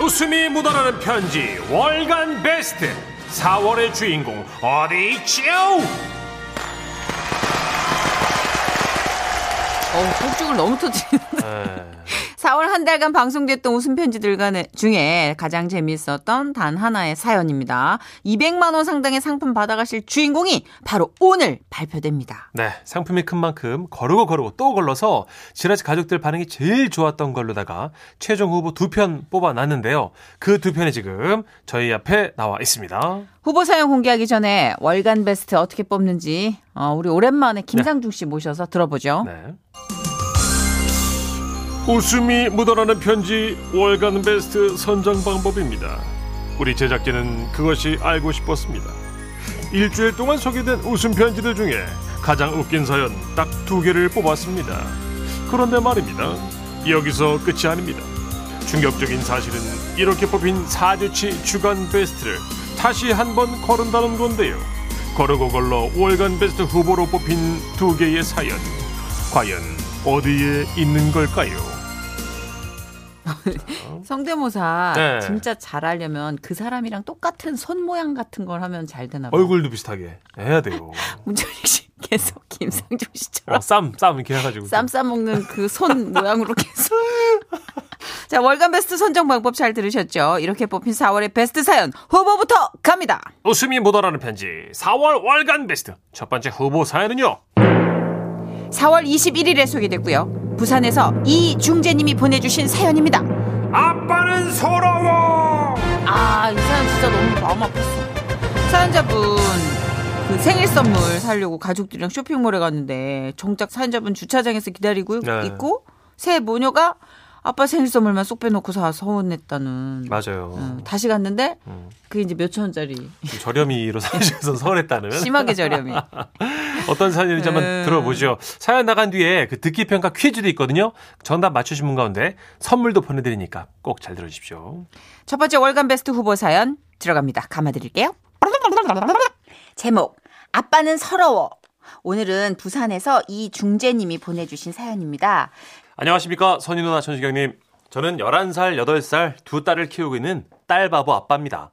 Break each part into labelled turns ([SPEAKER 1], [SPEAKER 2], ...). [SPEAKER 1] 웃음이 묻어나는 편지 월간 베스트 4월의 주인공 어디 있죠?
[SPEAKER 2] 어우, 폭죽을 너무 터뜨리는데.
[SPEAKER 1] 네.
[SPEAKER 2] 4월 한 달간 방송됐던 웃음 편지들 간에 중에 가장 재미있었던 단 하나의 사연입니다. 200만 원 상당의 상품 받아가실 주인공이 바로 오늘 발표됩니다.
[SPEAKER 1] 네, 상품이 큰 만큼 거르고 거르고 또 걸러서 지라시 가족들 반응이 제일 좋았던 걸로다가 최종 후보 두 편 뽑아놨는데요. 그 두 편이 지금 저희 앞에 나와 있습니다.
[SPEAKER 2] 후보 사연 공개하기 전에 월간 베스트 어떻게 뽑는지 어, 우리 오랜만에 김상중 씨 모셔서 들어보죠.
[SPEAKER 1] 네. 웃음이 묻어나는 편지 월간 베스트 선정 방법입니다. 우리 제작진은 그것이 알고 싶었습니다. 일주일 동안 소개된 웃음 편지들 중에 가장 웃긴 사연 딱 두 개를 뽑았습니다. 그런데 말입니다. 여기서 끝이 아닙니다. 충격적인 사실은 이렇게 뽑힌 4주치 주간 베스트를 다시 한 번 거른다는 건데요. 거르고 걸러 월간 베스트 후보로 뽑힌 두 개의 사연. 과연 어디에 있는 걸까요?
[SPEAKER 2] 성대모사
[SPEAKER 1] 네.
[SPEAKER 2] 진짜 잘하려면 그 사람이랑 똑같은 손 모양 같은 걸 하면 잘 되나 봐요.
[SPEAKER 1] 얼굴도 비슷하게 해야 돼요.
[SPEAKER 2] 문철익 씨 계속 김상중 씨처럼
[SPEAKER 1] 어, 쌈, 쌈 이렇게 해가지고.
[SPEAKER 2] 쌈 싸먹는 그 손 모양으로 계속. 자, 월간 베스트 선정 방법 잘 들으셨죠? 이렇게 뽑힌 4월의 베스트 사연 후보부터 갑니다.
[SPEAKER 1] 웃음이 묻어나는 편지 4월 월간 베스트 첫 번째 후보 사연은요.
[SPEAKER 2] 4월 21일에 소개됐고요. 부산에서 이중재님이 보내주신 사연입니다.
[SPEAKER 1] 아빠는 서러워.
[SPEAKER 2] 아, 이 사연 진짜 너무 마음 아팠어. 사연자분, 그 생일 선물 사려고 가족들이랑 쇼핑몰에 갔는데, 정작 사연자분 주차장에서 기다리고
[SPEAKER 1] 네.
[SPEAKER 2] 있고, 새 모녀가 아빠 생일 선물만 쏙 빼놓고 사 서운했다는.
[SPEAKER 1] 맞아요.
[SPEAKER 2] 어, 다시 갔는데 그게 이제 몇천 원짜리
[SPEAKER 1] 좀 저렴이로 사주셔서 서운했다는
[SPEAKER 2] 심하게 저렴이
[SPEAKER 1] 어떤 사연인지 한번
[SPEAKER 2] 음.
[SPEAKER 1] 들어보죠. 사연 나간 뒤에 그 듣기 평가 퀴즈도 있거든요. 정답 맞추신 분 가운데 선물도 보내드리니까 꼭 잘 들어주십시오.
[SPEAKER 2] 첫 번째 월간 베스트 후보 사연 들어갑니다 감아드릴게요 제목 아빠는 서러워 오늘은 부산에서 이중재님이 보내주신 사연입니다
[SPEAKER 1] 안녕하십니까 선희 누나 천식경님 저는 11살 8살 두 딸을 키우고 있는 딸바보 아빠입니다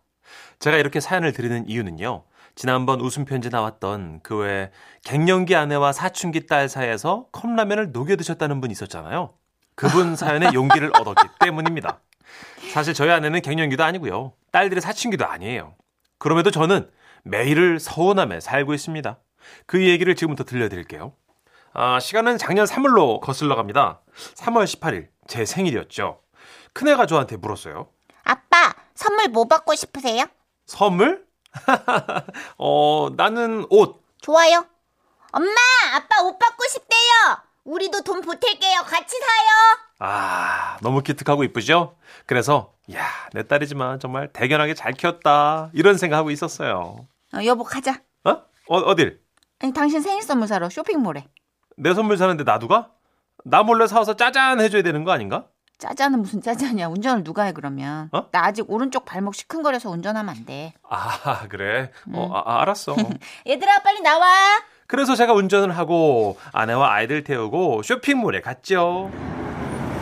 [SPEAKER 1] 제가 이렇게 사연을 드리는 이유는요 지난번 웃음편지 나왔던 그 외에 갱년기 아내와 사춘기 딸 사이에서 컵라면을 녹여 드셨다는 분 있었잖아요 그분 사연에 용기를 얻었기 때문입니다 사실 저희 아내는 갱년기도 아니고요 딸들의 사춘기도 아니에요 그럼에도 저는 매일을 서운함에 살고 있습니다 그 얘기를 지금부터 들려드릴게요 아, 시간은 작년 3월로 거슬러 갑니다. 3월 18일 제 생일이었죠. 큰애가 저한테 물었어요.
[SPEAKER 3] 아빠, 선물 뭐 받고 싶으세요?
[SPEAKER 1] 선물? 어, 나는 옷.
[SPEAKER 3] 좋아요. 엄마, 아빠 옷 받고 싶대요. 우리도 돈 보탤게요. 같이 사요.
[SPEAKER 1] 아, 너무 기특하고 이쁘죠? 그래서 야, 내 딸이지만 정말 대견하게 잘 키웠다. 이런 생각하고 있었어요.
[SPEAKER 2] 어, 여보 가자
[SPEAKER 1] 어? 어 어딜?
[SPEAKER 2] 아니, 당신 생일 선물 사러 쇼핑몰에
[SPEAKER 1] 내 선물 사는데 나도가? 나 몰래 사와서 짜잔 해줘야 되는 거 아닌가?
[SPEAKER 2] 짜자는 무슨 짜자냐 운전을 누가 해 그러면
[SPEAKER 1] 어?
[SPEAKER 2] 나 아직 오른쪽 발목 시큰거려서 운전하면 안돼
[SPEAKER 1] 아, 그래. 어, 아, 아, 알았어.
[SPEAKER 3] 얘들아, 빨리 나와.
[SPEAKER 1] 그래서 제가 운전을 하고 아내와 아이들 태우고 쇼핑몰에 갔죠.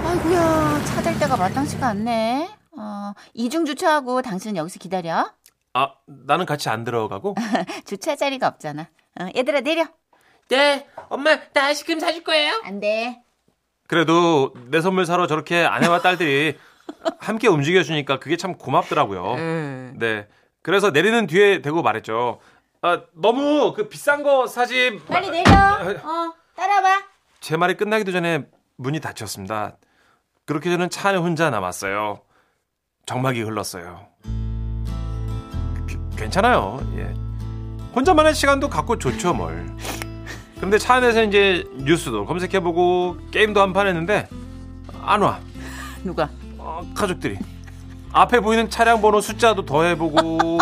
[SPEAKER 2] 아이고야 찾을 데가 마땅치가 않네 어, 이중 주차하고 당신은 여기서 기다려
[SPEAKER 1] 아, 나는 같이 안 들어가고?
[SPEAKER 2] 주차 자리가 없잖아 어, 얘들아 내려
[SPEAKER 4] 네, 엄마, 나 아이스크림 사줄 거예요.
[SPEAKER 3] 안 돼.
[SPEAKER 1] 그래도 내 선물 사러 저렇게 아내와 딸들이 함께 움직여주니까 그게 참 고맙더라고요. 네. 그래서 내리는 뒤에 대고 말했죠. 아, 너무 그 비싼 거 사지. 마-
[SPEAKER 3] 빨리 내려. 어, 따라와.
[SPEAKER 1] 제 말이 끝나기도 전에 문이 닫혔습니다. 그렇게 저는 차 안에 혼자 남았어요. 정막이 흘렀어요. 귀- 괜찮아요. 예. 혼자만의 시간도 갖고 좋죠 뭘. 그런데 차 안에서 이제 뉴스도 검색해보고 게임도 한 판 했는데 안 와.
[SPEAKER 2] 누가
[SPEAKER 1] 어, 가족들이 앞에 보이는 차량 번호 숫자도 더해보고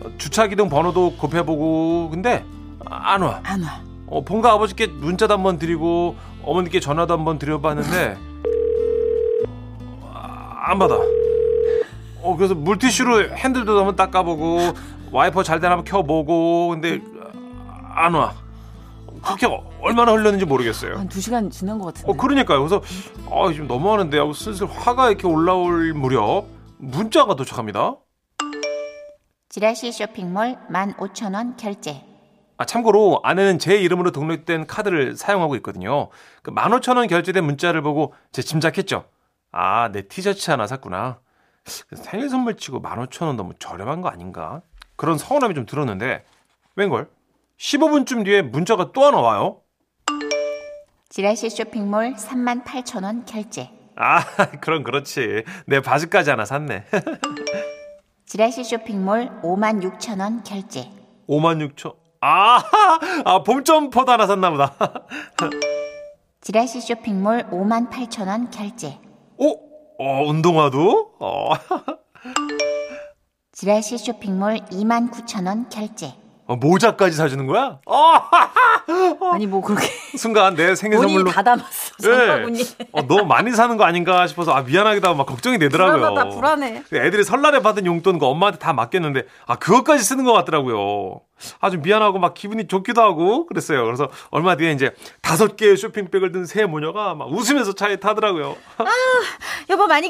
[SPEAKER 1] 어, 주차 기둥 번호도 곱해보고 근데 안 와.
[SPEAKER 2] 안 와.
[SPEAKER 1] 어, 본가 아버지께 문자도 한번 드리고 어머니께 전화도 한번 드려봤는데 아, 안 받아. 어 그래서 물티슈로 핸들도 한번 닦아보고 와이퍼 잘 되나 한번 켜보고 근데 아, 안 와. 그렇게 어- 얼마나 흘렸는지 모르겠어요.
[SPEAKER 2] 한 두 시간 지난 것 같은데.
[SPEAKER 1] 어 그러니까요. 그래서 아 지금 너무하는데 하고 슬슬 화가 이렇게 올라올 무렵 문자가 도착합니다.
[SPEAKER 5] 지라시 쇼핑몰 15,000원 결제.
[SPEAKER 1] 아, 참고로 아내는 제 이름으로 등록된 카드를 사용하고 있거든요. 그 15,000원 결제된 문자를 보고 제 짐작했죠. 아, 내 티셔츠 하나 샀구나. 생일 선물 치고 15,000원 너무 저렴한 거 아닌가? 그런 서운함이 좀 들었는데 웬걸? 15분쯤 뒤에 문자가 또 하나 와요.
[SPEAKER 5] 지라시 쇼핑몰 38,000원 결제.
[SPEAKER 1] 아, 그럼 그렇지. 내 바지까지 하나 샀네.
[SPEAKER 5] 지라시 쇼핑몰 56,000원 결제.
[SPEAKER 1] 56,000. 아, 아, 봄점퍼도 하나 샀나 보다.
[SPEAKER 5] 지라시 쇼핑몰 58,000원 결제.
[SPEAKER 1] 오, 어, 운동화도? 어,
[SPEAKER 5] 지라시 쇼핑몰 29,000원 결제.
[SPEAKER 1] 어, 모자까지 사주는 거야? 어,
[SPEAKER 2] 아니 뭐 그렇게
[SPEAKER 1] 순간 내 생일
[SPEAKER 2] 본인이
[SPEAKER 1] 선물로.
[SPEAKER 2] 다 담았어.
[SPEAKER 1] 예.
[SPEAKER 2] 장바구니.
[SPEAKER 1] 어, 너무 많이 사는 거 아닌가 싶어서 아 미안하기도 하고 막 걱정이 되더라고요.
[SPEAKER 2] 불안하다, 불안해.
[SPEAKER 1] 애들이 설날에 받은 용돈 그 엄마한테 다 맡겼는데 아 그것까지 쓰는 것 같더라고요. 아주 미안하고 막 기분이 좋기도 하고 그랬어요. 그래서 얼마 뒤에 이제 다섯 개의 쇼핑백을 든 세 모녀가 막 웃으면서 차에 타더라고요.
[SPEAKER 2] 여보 많이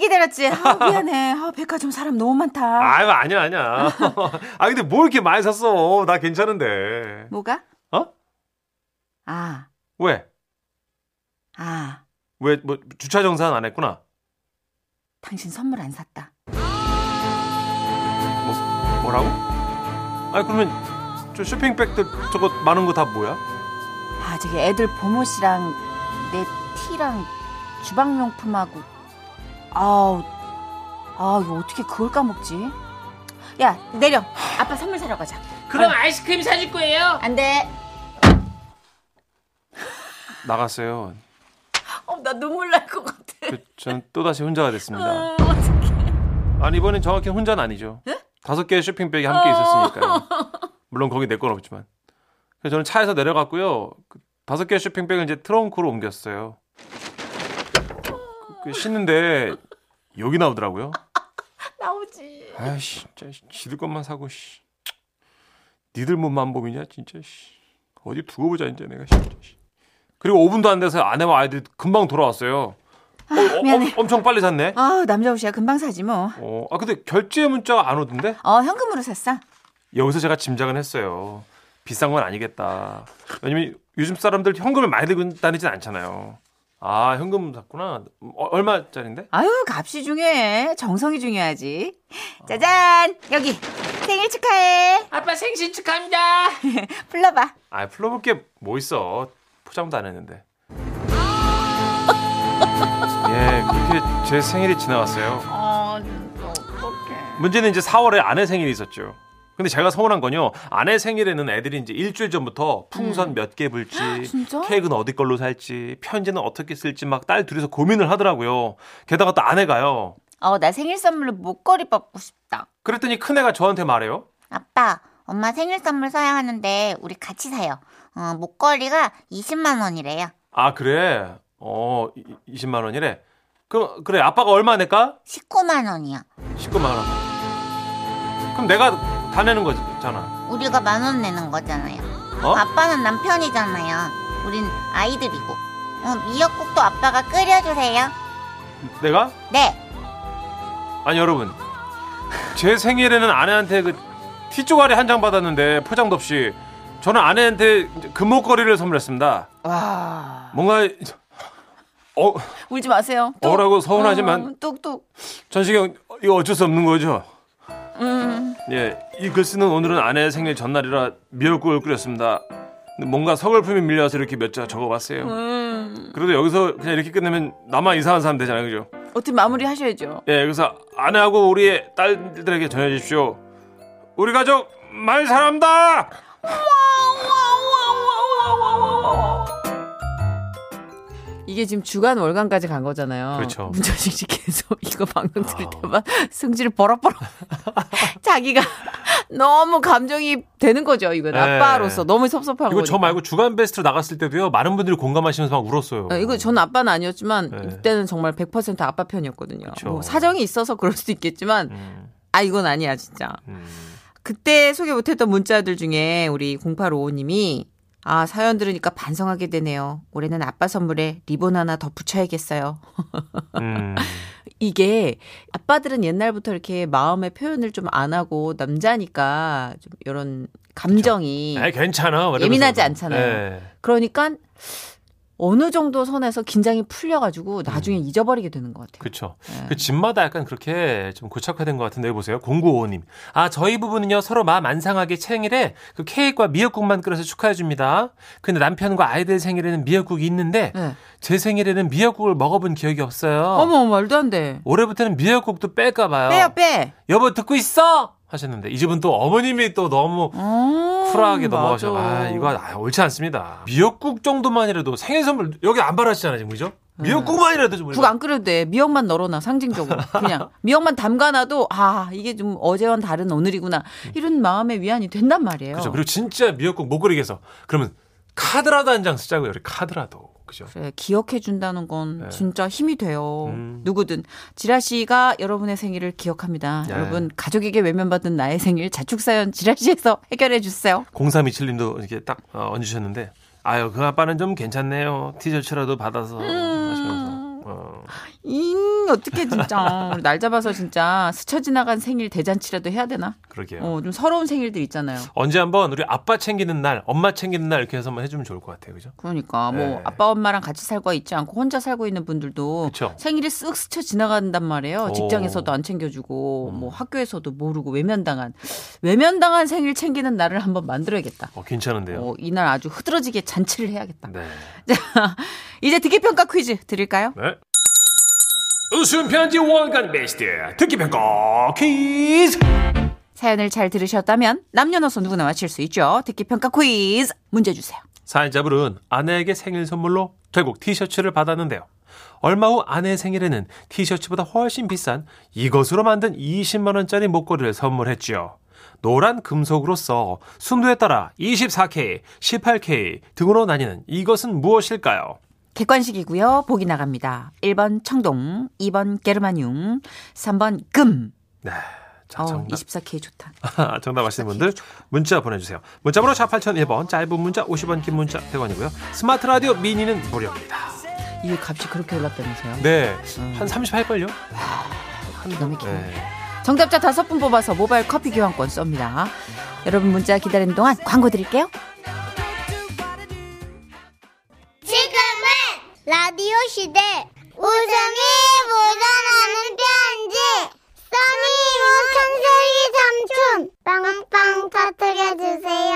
[SPEAKER 2] 기다렸지. 아, 미안해. 아, 백화점 사람 너무 많다.
[SPEAKER 1] 아유 아니야 아니야. 아 근데 뭘 이렇게 많이 샀어? 나 괜찮은데.
[SPEAKER 2] 뭐가?
[SPEAKER 1] 어?
[SPEAKER 2] 아,
[SPEAKER 1] 왜?
[SPEAKER 2] 아,
[SPEAKER 1] 왜 뭐 주차 정산 안 했구나.
[SPEAKER 2] 당신 선물 안 샀다.
[SPEAKER 1] 뭐, 뭐라고? 아니 그러면 저 쇼핑백들 저거 많은 거 다 뭐야?
[SPEAKER 2] 아, 저기 애들 보모씨랑 내 티랑 주방용품하고 아우, 아, 이거 어떻게 그걸 까먹지? 야, 내려. 아빠 선물 사러 가자. 어.
[SPEAKER 6] 그럼 아이스크림 사줄 거예요?
[SPEAKER 5] 안 돼.
[SPEAKER 1] 나갔어요.
[SPEAKER 2] 어, 나 눈물 날 것 같아. 어,
[SPEAKER 1] 그, 저는 또다시 혼자가 됐습니다. 아니, 이번엔 정확히 혼자는 아니죠. 다섯 개의 쇼핑백이 함께 있었으니까요. 물론 거기 내 건 없지만. 그래서 저는 차에서 내려갔고요. 그 다섯 개의 쇼핑백을 이제 트렁크로 옮겼어요. 그, 그 씻는데 여기 나오더라고요.
[SPEAKER 2] 나오지.
[SPEAKER 1] 아이씨, 진짜 씨, 지들 것만 사고 씨. 니들 몸만 보이냐 진짜 씨. 어디 두고 보자 이제 내가 진짜 씨. 그리고 5분도 안 돼서 아내와 아이들이 금방 돌아왔어요. 어, 어,
[SPEAKER 2] 미안해.
[SPEAKER 1] 엄- 엄청 빨리 샀네.
[SPEAKER 2] 아, 남자 옷이야. 금방 사지 뭐.
[SPEAKER 1] 어, 아 근데 결제 문자가 안 오던데?
[SPEAKER 2] 어, 현금으로 샀어.
[SPEAKER 1] 여기서 제가 짐작은 했어요. 비싼 건 아니겠다. 왜냐면 요즘 사람들 현금을 많이 들고 다니진 않잖아요. 아 현금 샀구나. 어, 얼마짜린데?
[SPEAKER 2] 아유, 값이 중요해. 정성이 중요하지. 짜잔! 여기. 생일 축하해.
[SPEAKER 6] 아빠 생신 축하합니다.
[SPEAKER 2] 불러봐.
[SPEAKER 1] 아 풀어볼 게 뭐 있어 포장도 안 했는데 예 그렇게 제 생일이 지나갔어요
[SPEAKER 2] 어, 어떡해.
[SPEAKER 1] 문제는 이제 4월에 아내 생일이 있었죠 근데 제가 서운한 건요 아내 생일에는 애들이 이제 일주일 전부터 풍선 몇 개 불지
[SPEAKER 2] 음. 진짜?
[SPEAKER 1] 케이크는 어디 걸로 살지 편지는 어떻게 쓸지 막 딸 둘이서 고민을 하더라고요 게다가 또 아내가요
[SPEAKER 2] 어, 나 생일 선물로 목걸이 뽑고 싶다.
[SPEAKER 1] 그랬더니 큰애가 저한테 말해요
[SPEAKER 5] 아빠, 엄마 생일 선물 사야 하는데 우리 같이 사요. 어, 목걸이가 20만 원이래요.
[SPEAKER 1] 아 그래 어 이- 20만 원이래 그럼 그래 아빠가 얼마 낼까
[SPEAKER 5] 19만 원이야.
[SPEAKER 1] 19만 원. 그럼 내가 다 내는 거잖아.
[SPEAKER 5] 우리가 만 원 내는 거잖아요.
[SPEAKER 1] 어?
[SPEAKER 5] 아빠는 남편이잖아요. 우린 아이들이고. 어, 미역국도 아빠가 끓여주세요.
[SPEAKER 1] 내가?
[SPEAKER 5] 네.
[SPEAKER 1] 아니 여러분. 제 생일에는 아내한테 그 티조가리 한 장 받았는데 포장도 없이 저는 아내한테 이제 금목걸이를 선물했습니다.
[SPEAKER 2] 와.
[SPEAKER 1] 뭔가 어
[SPEAKER 2] 울지 마세요.
[SPEAKER 1] 어라고 서운하지만
[SPEAKER 2] 어, 뚝뚝.
[SPEAKER 1] 전시경 이거 어쩔 수 없는 거죠.
[SPEAKER 2] 음.
[SPEAKER 1] 예, 이 글쓰는 오늘은 아내의 생일 전날이라 미역국을 끓였습니다. 근데 뭔가 서글픔이 밀려서 이렇게 몇 자 적어봤어요.
[SPEAKER 2] 음.
[SPEAKER 1] 그래도 여기서 그냥 이렇게 끝내면 나만 이상한 사람 되잖아요, 그죠?
[SPEAKER 2] 어떻게 마무리 하셔야죠.
[SPEAKER 1] 예, 그래서 아내하고 우리 딸들에게 전해주십시오. 우리 가족 많이 사랑합니다.
[SPEAKER 2] 이게 지금 주간 월간까지 간 거잖아요.
[SPEAKER 1] 그렇죠. 아.
[SPEAKER 2] 문천식 씨 계속 이거 방송 들을 때마다 승질을 버럭버럭. 자기가 너무 감정이 되는 거죠. 이건
[SPEAKER 1] 네.
[SPEAKER 2] 아빠로서 너무 섭섭한
[SPEAKER 1] 이거
[SPEAKER 2] 거죠.
[SPEAKER 1] 저 말고 주간 베스트로 나갔을 때도요. 많은 분들이 공감하시면서 막 울었어요.
[SPEAKER 2] 어, 이거 전 아빠는 아니었지만
[SPEAKER 1] 네.
[SPEAKER 2] 이때는 정말 100% 아빠 편이었거든요.
[SPEAKER 1] 그쵸.
[SPEAKER 2] 뭐 사정이 있어서 그럴 수도 있겠지만
[SPEAKER 1] 음,
[SPEAKER 2] 아 이건 아니야 진짜.
[SPEAKER 1] 음.
[SPEAKER 2] 그때 소개 못했던 문자들 중에 우리 0855님이 아, 사연 들으니까 반성하게 되네요. 올해는 아빠 선물에 리본 하나 더 붙여야겠어요.
[SPEAKER 7] 음,
[SPEAKER 2] 이게 아빠들은 옛날부터 이렇게 마음의 표현을 좀 안 하고 남자니까 좀 이런 감정이
[SPEAKER 7] 에이, 괜찮아. 막 이러면서.
[SPEAKER 2] 예민하지
[SPEAKER 1] 네.
[SPEAKER 2] 않잖아요.
[SPEAKER 7] 예.
[SPEAKER 2] 그러니까 어느 정도 선에서 긴장이 풀려가지고 나중에 잊어버리게 되는 것 같아요.
[SPEAKER 7] 음. 그렇죠. 그 집마다 약간 그렇게 좀 고착화된 것 같은데 보세요. 0955님. 아 저희 부부는요 서로 마음 안 상하게 생일에 그 케이크와 미역국만 끓여서 축하해 줍니다. 근데 남편과 아이들 생일에는 미역국이 있는데
[SPEAKER 2] 네.
[SPEAKER 7] 제 생일에는 미역국을 먹어본 기억이 없어요.
[SPEAKER 2] 어머 말도 안 돼.
[SPEAKER 7] 올해부터는 미역국도 뺄까 봐요.
[SPEAKER 2] 빼요 빼.
[SPEAKER 7] 여보 듣고 있어 하셨는데 이 집은 또 어머님이 또 너무 쿨하게 넘어가셔. 아 이거 아, 옳지 않습니다. 미역국 정도만이라도 생일 선물 여기 안 바라시잖아요 지금 그죠? 네. 미역국만이라도 좀 우리가
[SPEAKER 2] 국안 끓여도 돼. 미역만 널어놔 상징적으로 그냥 미역만 담가놔도 아 이게 좀 어제와는 다른 오늘이구나 이런 마음의 위안이 된단 말이에요.
[SPEAKER 7] 그죠. 그리고 진짜 미역국 못 끓이게 해서 그러면 카드라도 한 장 쓰자고요. 우리 카드라도. 그죠.
[SPEAKER 2] 그래, 기억해 준다는 건
[SPEAKER 7] 네.
[SPEAKER 2] 진짜 힘이 돼요.
[SPEAKER 7] 음.
[SPEAKER 2] 누구든 지라 씨가 여러분의 생일을 기억합니다.
[SPEAKER 7] 네.
[SPEAKER 2] 여러분 가족에게 외면받은 나의 생일 자축 사연 지라 씨에서 해결해 주세요.
[SPEAKER 7] 0327님도 이렇게 딱 어, 얹으셨는데 아유 그 아빠는 좀 괜찮네요. 티셔츠라도 받아서 하시면서. 어.
[SPEAKER 2] 잉 어떻게 진짜 우리 날 잡아서 진짜 스쳐 지나간 생일 대잔치라도 해야 되나?
[SPEAKER 7] 그러게요.
[SPEAKER 2] 어, 좀 서러운 생일들 있잖아요.
[SPEAKER 7] 언제 한번 우리 아빠 챙기는 날, 엄마 챙기는 날 이렇게 해서 한번 해주면 좋을 것 같아요. 그죠?
[SPEAKER 2] 그러니까 뭐
[SPEAKER 7] 네.
[SPEAKER 2] 아빠 엄마랑 같이 살고 있지 않고 혼자 살고 있는 분들도
[SPEAKER 7] 그쵸.
[SPEAKER 2] 생일이 쓱 스쳐 지나간단 말이에요.
[SPEAKER 7] 오. 음.
[SPEAKER 2] 직장에서도 안 챙겨주고 뭐 학교에서도 모르고 외면당한 외면당한 생일 챙기는 날을 한번 만들어야겠다.
[SPEAKER 7] 어, 괜찮은데요.
[SPEAKER 2] 어, 이날 아주 흐드러지게 잔치를 해야겠다.
[SPEAKER 7] 네.
[SPEAKER 2] 자, 이제 듣기 평가 퀴즈 드릴까요?
[SPEAKER 7] 네. 웃음 편지 월간 베스트 듣기 평가 퀴즈.
[SPEAKER 2] 사연을 잘 들으셨다면 남녀노소 누구나 맞힐 수 있죠. 듣기 평가 퀴즈 문제 주세요.
[SPEAKER 7] 사연자분은 아내에게 생일 선물로 결국 티셔츠를 받았는데요. 얼마 후 아내의 생일에는 티셔츠보다 훨씬 비싼 이것으로 만든 20만 원짜리 목걸이를 선물했지요. 노란 금속으로서 순도에 따라 24K, 18K 등으로 나뉘는 이것은 무엇일까요?
[SPEAKER 2] 객관식이고요. 보기 나갑니다. 1번 청동, 2번 게르마늄, 3번 금.
[SPEAKER 7] 네. 자,
[SPEAKER 2] 어,
[SPEAKER 7] 정답.
[SPEAKER 2] 24K 좋다.
[SPEAKER 7] 아, 정답 아시는 분들 문자 보내주세요. 문자번호 샵 8001번 짧은 문자 50원 긴 문자 100원이고요. 스마트 라디오 미니는 무료입니다.
[SPEAKER 2] 이게 값이 그렇게 올랐다면서요? 아,
[SPEAKER 7] 네. 한 38걸요?
[SPEAKER 2] 기가 막히네.
[SPEAKER 7] 네.
[SPEAKER 2] 정답자 다섯 분 뽑아서 모바일 커피 교환권 쏩니다. 여러분 문자 기다리는 동안 광고 드릴게요.
[SPEAKER 8] 지금은 라디오 시대 웃음이 묻어나는 편지 써니 우천세기 삼촌 빵빵 터뜨려주세요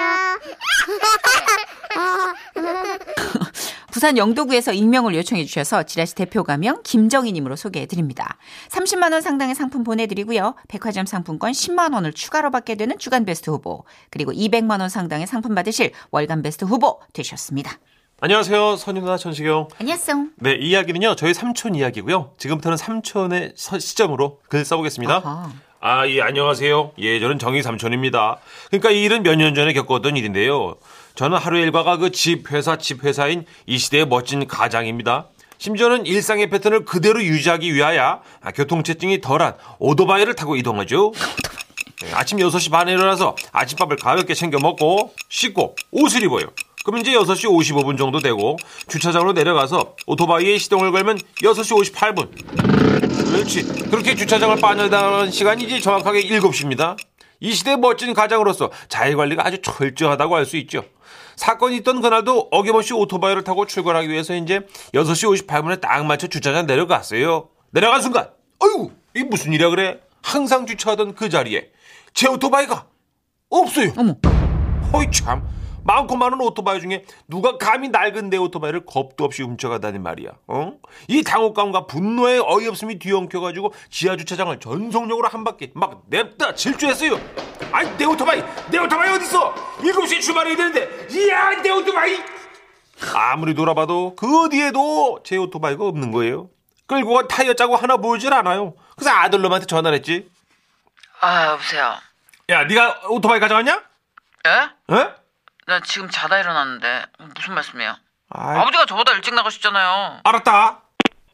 [SPEAKER 2] 부산 영도구에서 익명을 요청해 주셔서 지라시 대표 가명 김정희님으로 소개해 드립니다. 30만 원 상당의 상품 보내드리고요. 백화점 상품권 10만 원을 추가로 받게 되는 주간 베스트 후보 그리고 200만 원 상당의 상품 받으실 월간 베스트 후보 되셨습니다.
[SPEAKER 7] 안녕하세요. 선윤아 천식영.
[SPEAKER 2] 안녕하세요.
[SPEAKER 7] 네, 이 이야기는요. 저희 삼촌 이야기고요. 지금부터는 삼촌의 서- 시점으로 글 써보겠습니다.
[SPEAKER 2] 아하.
[SPEAKER 7] 아, 예, 안녕하세요. 예, 저는 정희 삼촌입니다. 그러니까 이 일은 몇 년 전에 겪었던 일인데요. 저는 하루 일과가 그 집, 회사, 집, 회사인 이 시대의 멋진 가장입니다. 심지어는 일상의 패턴을 그대로 유지하기 위하여 아, 교통체증이 덜한 오토바이를 타고 이동하죠. 네, 아침 6시 반에 일어나서 아침밥을 가볍게 챙겨 먹고 씻고 옷을 입어요. 그럼 이제 6시 55분 정도 되고 주차장으로 내려가서 오토바이에 시동을 걸면 6시 58분. 그렇지. 그렇게 주차장을 빠져나가는 시간이 이제 정확하게 7시입니다. 이 시대의 멋진 가장으로서 자율관리가 아주 철저하다고 할 수 있죠. 사건이 있던 그날도 어김없이 오토바이를 타고 출근하기 위해서 이제 6시 58분에 딱 맞춰 주차장 내려갔어요. 내려간 순간, 어이구, 이게 무슨 일이야 그래? 항상 주차하던 그 자리에 제 오토바이가 없어요. 허이 참 많고 많은 오토바이 중에 누가 감히 낡은 내 오토바이를 겁도 없이 훔쳐가다니 말이야. 어? 이 당혹감과 분노의 어이없음이 뒤엉켜가지고 지하 주차장을 전속력으로 한 바퀴 막 냅다 질주했어요. 아이 내 오토바이, 내 오토바이 어디 있어? 7시에 출발해야 되는데, 이야 내 오토바이! 아무리 돌아봐도 그 어디에도 제 오토바이가 없는 거예요. 끌고 간 타이어 자국 하나 보이질 않아요. 그래서 아들놈한테 전화를 했지.
[SPEAKER 9] 아 여보세요
[SPEAKER 7] 야, 네가 오토바이 가져갔냐?
[SPEAKER 9] 예?
[SPEAKER 7] 에?
[SPEAKER 9] 나 지금 자다 일어났는데 무슨 말씀이에요
[SPEAKER 7] 아이,
[SPEAKER 9] 아버지가 저보다 일찍 나가셨잖아요
[SPEAKER 7] 알았다.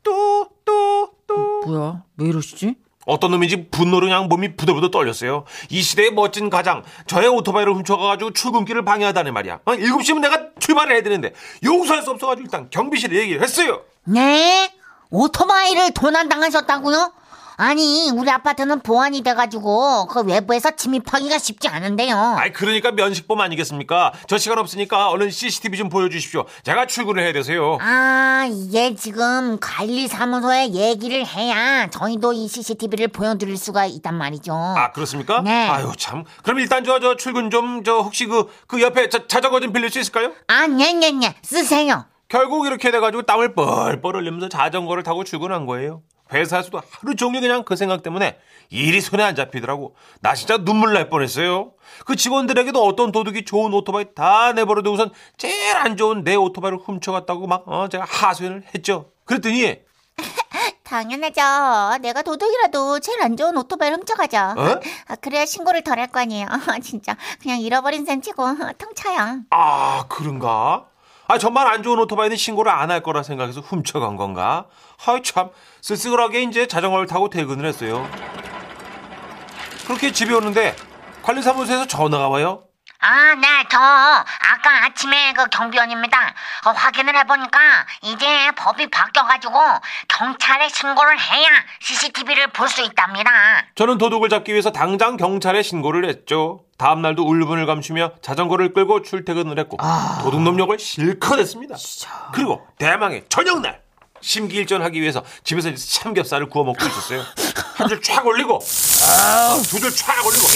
[SPEAKER 7] 또, 또, 또.
[SPEAKER 2] 뭐야? 왜 이러시지?
[SPEAKER 7] 어떤 놈인지 분노로 그냥 몸이 부들부들 떨렸어요. 이 시대의 멋진 가장 저의 오토바이를 훔쳐가가지고 출근길을 방해하다니 말이야. 어, 7시면 내가 출발을 해야 되는데 용서할 수 없어가지고 일단 경비실에 얘기를 했어요.
[SPEAKER 5] 네? 오토바이를 도난당하셨다고요? 아니, 우리 아파트는 보안이 돼가지고 그 외부에서 침입하기가 쉽지 않은데요.
[SPEAKER 7] 아이 그러니까 면식범 아니겠습니까? 저 시간 없으니까 얼른 CCTV 좀 보여주십시오. 제가 출근을 해야 되세요.
[SPEAKER 5] 아, 이게 지금 관리사무소에 얘기를 해야 저희도 이 CCTV를 보여드릴 수가 있단 말이죠.
[SPEAKER 7] 아 그렇습니까?
[SPEAKER 5] 네.
[SPEAKER 7] 아유 참. 그럼 일단 저 저 출근 좀 저 혹시 그 그 옆에 자, 자전거 좀 빌릴 수 있을까요?
[SPEAKER 5] 아, 네, 네, 네. 쓰세요.
[SPEAKER 7] 결국 이렇게 돼가지고 땀을 뻘뻘 흘리면서 자전거를 타고 출근한 거예요. 회사에서도 하루 종일 그냥 그 생각 때문에 일이 손에 안 잡히더라고. 나 진짜 눈물 날 뻔했어요. 그 직원들에게도 어떤 도둑이 좋은 오토바이 다 내버려두고 우선 제일 안 좋은 내 오토바이를 훔쳐갔다고 막 어, 제가 하소연을 했죠. 그랬더니
[SPEAKER 5] 당연하죠. 내가 도둑이라도 제일 안 좋은 오토바이를 훔쳐가죠.
[SPEAKER 7] 어?
[SPEAKER 5] 아, 그래야 신고를 덜 할 거 아니에요. 진짜 그냥 잃어버린 셈 치고 통차요.
[SPEAKER 7] 아 그런가? 아 정말 안 좋은 오토바이는 신고를 안 할 거라 생각해서 훔쳐간 건가? 아이 참 쓸쓸하게 이제 자전거를 타고 퇴근을 했어요. 그렇게 집에 오는데 관리사무소에서 전화가 와요.
[SPEAKER 5] 아, 네, 저 아까 아침에 그 경비원입니다. 어, 확인을 해보니까 이제 법이 바뀌어가지고 경찰에 신고를 해야 CCTV를 볼 수 있답니다.
[SPEAKER 7] 저는 도둑을 잡기 위해서 당장 경찰에 신고를 했죠. 다음 날도 울분을 감추며 자전거를 끌고 출퇴근을 했고 도둑놈 역을 실컷 했습니다. 그리고 대망의 저녁날 심기일전하기 위해서 집에서 이제 삼겹살을 구워 먹고 있었어요. 한 줄 촥 올리고 두 줄 촥 올리고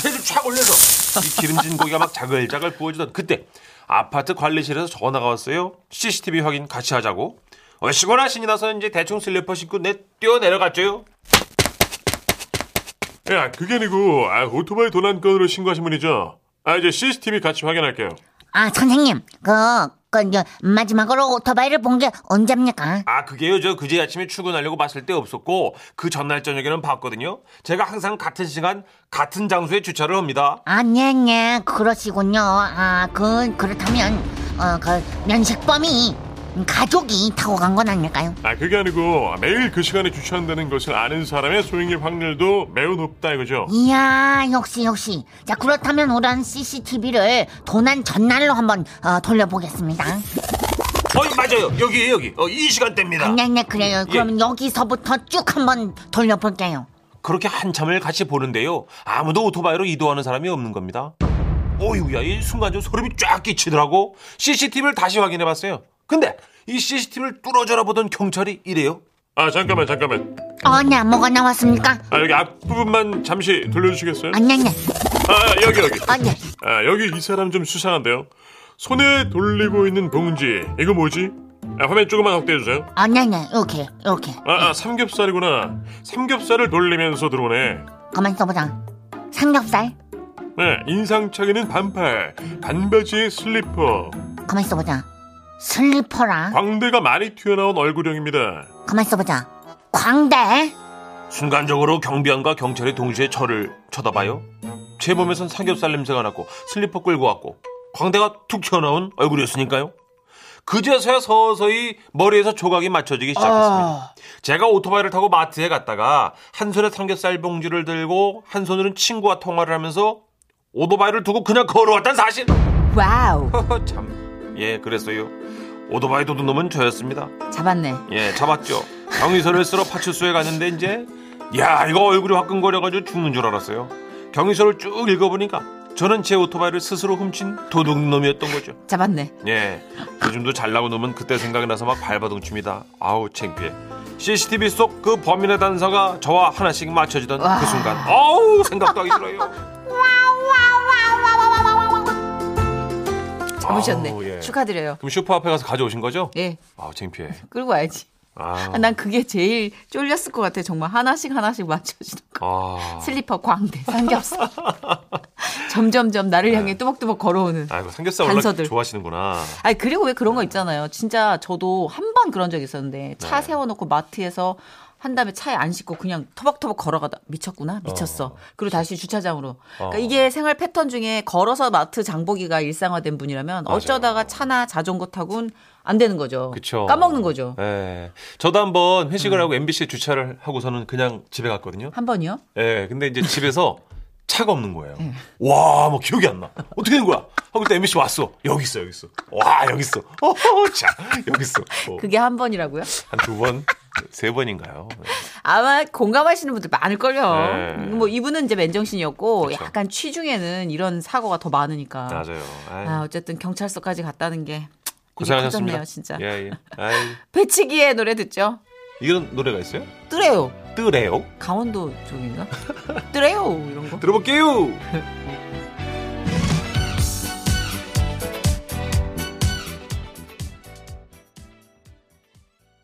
[SPEAKER 7] 세 줄 촥 올려서 이 기름진 고기가 막 자글자글 부어지던 그때 아파트 관리실에서 전화가 왔어요. CCTV 확인 같이 하자고. 어시거나 신이 나서 이제 대충 슬리퍼 신고 내 뛰어 내려갔죠.
[SPEAKER 1] 야, 예, 그게 아니고 아, 오토바이 도난건으로 신고하신 분이죠? 아, 이제 CCTV 같이 확인할게요.
[SPEAKER 5] 아, 선생님, 그, 그 이제 마지막으로 오토바이를 본 게 언제입니까?
[SPEAKER 7] 아 그게요 저 그제 아침에 출근하려고 봤을 때 없었고 그 전날 저녁에는 봤거든요 제가 항상 같은 시간 같은 장소에 주차를 합니다
[SPEAKER 5] 아, 네, 네, 그러시군요. 아, 그, 그렇다면, 어, 그, 면식범이, 음, 가족이 타고 간 건 아닐까요?
[SPEAKER 1] 아, 그게 아니고 매일 그 시간에 주차한다는 것을 아는 사람의 소행일 확률도 매우 높다 이거죠.
[SPEAKER 5] 이야, 역시, 역시. 자, 그렇다면 우선 CCTV를 도난 전날로 한번, 어, 돌려보겠습니다.
[SPEAKER 7] 어이 맞아요 여기 여기 어, 이 시간대입니다
[SPEAKER 5] 네, 네, 그래요.
[SPEAKER 7] 예.
[SPEAKER 5] 그럼 여기서부터 쭉 한번 돌려볼게요.
[SPEAKER 7] 그렇게 한참을 같이 보는데요 아무도 오토바이로 이동하는 사람이 없는 겁니다 오유야 이 순간 좀 소름이 쫙 끼치더라고 CCTV를 다시 확인해봤어요 근데 이 CCTV를 뚫어져라 보던 경찰이 이래요
[SPEAKER 1] 아, 잠깐만, 잠깐만.
[SPEAKER 5] 어, 네, 뭐가 나왔습니까?
[SPEAKER 1] 아, 여기 앞부분만 잠시 돌려주시겠어요?
[SPEAKER 5] 아, 네, 네.
[SPEAKER 1] 아, 여기, 여기.
[SPEAKER 5] 아, 네.
[SPEAKER 1] 아, 여기 이 사람 좀 수상한데요. 손에 돌리고 있는 봉지. 이거 뭐지? 아, 화면 조금만 확대해주세요.
[SPEAKER 5] 아, 네, 네. 이렇게, 이렇게.
[SPEAKER 1] 아, 아, 삼겹살이구나. 삼겹살을 돌리면서 들어오네.
[SPEAKER 5] 가만 있어보자. 삼겹살.
[SPEAKER 1] 네, 인상착의는 반팔, 반바지에 슬리퍼,
[SPEAKER 5] 가만 있어보자. 슬리퍼라.
[SPEAKER 1] 광대가 많이 튀어나온 얼굴형입니다.
[SPEAKER 5] 가만 있어보자. 광대.
[SPEAKER 7] 순간적으로 경비원과 경찰이 동시에 저를 쳐다봐요. 제 몸에선 삼겹살 냄새가 났고 슬리퍼 끌고 왔고 광대가 툭 튀어나온 얼굴이었으니까요. 그제서야 서서히 머리에서 조각이 맞춰지기 시작했습니다. 제가 오토바이를 타고 마트에 갔다가 한 손에 삼겹살 봉지를 들고 한 손으로는 친구와 통화를 하면서 오토바이를 두고 그냥 걸어왔다는 사실.
[SPEAKER 2] 와우.
[SPEAKER 7] 허허, 참. 예, 그랬어요. 오토바이 도둑놈은 저였습니다.
[SPEAKER 2] 잡았네.
[SPEAKER 7] 예, 잡았죠. 경위서를 쓰러 파출소에 갔는데 이제 야 이거 얼굴이 화끈거려가지고 죽는 줄 알았어요. 경위서를 쭉 읽어보니까 저는 제 오토바이를 스스로 훔친 도둑놈이었던 거죠.
[SPEAKER 2] 잡았네.
[SPEAKER 7] 예, 요즘도 잘 나온 놈은 그때 생각이 나서 막 발버둥칩니다. 아우 창피해. CCTV 속 그 범인의 단서가 저와 하나씩 맞춰지던 그 순간 아우 생각도 하기 싫어요.
[SPEAKER 2] 잡으셨네.
[SPEAKER 7] 아우, 예.
[SPEAKER 2] 축하드려요.
[SPEAKER 7] 그럼 슈퍼 앞에 가서 가져오신 거죠?
[SPEAKER 2] 예.
[SPEAKER 7] 아우 창피해.
[SPEAKER 2] 끌고 와야지.
[SPEAKER 7] 아,
[SPEAKER 2] 아, 난 그게 제일 쫄렸을 것 같아. 정말 하나씩 하나씩 맞춰지는 거.
[SPEAKER 7] 아,
[SPEAKER 2] 슬리퍼, 광대, 삼겹살. 점점점 나를
[SPEAKER 7] 네.
[SPEAKER 2] 향해 뚜벅뚜벅 걸어오는.
[SPEAKER 7] 아이고 삼겹살 원래
[SPEAKER 2] 단서들.
[SPEAKER 7] 좋아하시는구나.
[SPEAKER 2] 아니
[SPEAKER 7] 네.
[SPEAKER 2] 그리고 왜 그런 거 있잖아요. 진짜 저도 한 번 그런 적 있었는데 차 세워놓고 마트에서 한 다음에 차에 안 싣고 그냥 터벅터벅 걸어가다 미쳤구나 미쳤어
[SPEAKER 7] 어.
[SPEAKER 2] 그리고 다시 주차장으로 그러니까
[SPEAKER 7] 어.
[SPEAKER 2] 이게 생활 패턴 중에 걸어서 마트 장보기가 일상화된 분이라면
[SPEAKER 7] 맞아요.
[SPEAKER 2] 어쩌다가 차나 자전거 타고는 안 되는 거죠
[SPEAKER 7] 그쵸.
[SPEAKER 2] 까먹는 거죠 음.
[SPEAKER 7] 예. 저도 한번 회식을 하고 MBC에 주차를 하고서는 그냥 집에 갔거든요.
[SPEAKER 2] 한 번이요
[SPEAKER 7] 예. 근데 이제 집에서 차가 없는 거예요. 와, 뭐 기억이 안 나. 어떻게 된 거야? 하고 또 MBC 왔어. 여기 있어, 여기 있어. 와, 여기 있어. 어, 자, 여기 있어. 뭐
[SPEAKER 2] 그게 한 번이라고요
[SPEAKER 7] 한두 번, 세 번인가요? 네.
[SPEAKER 2] 아마 공감하시는 분들 많을걸요
[SPEAKER 7] 네.
[SPEAKER 2] 뭐 이분은 이제 맨정신이었고
[SPEAKER 7] 그쵸.
[SPEAKER 2] 약간 취중에는 이런 사고가 더 많으니까
[SPEAKER 7] 맞아요. 아이,
[SPEAKER 2] 아, 어쨌든 경찰서까지 갔다는 게
[SPEAKER 7] 고생하셨습니다.
[SPEAKER 2] 커졌네요, 진짜.
[SPEAKER 7] 예, 예. 아이,
[SPEAKER 2] 배치기의 노래 듣죠.
[SPEAKER 7] 이런 노래가 있어요?
[SPEAKER 2] 뜨래요.
[SPEAKER 7] 뜨래요?
[SPEAKER 2] 강원도 쪽인가? 뜨래요 이런 거.
[SPEAKER 7] 들어볼게요.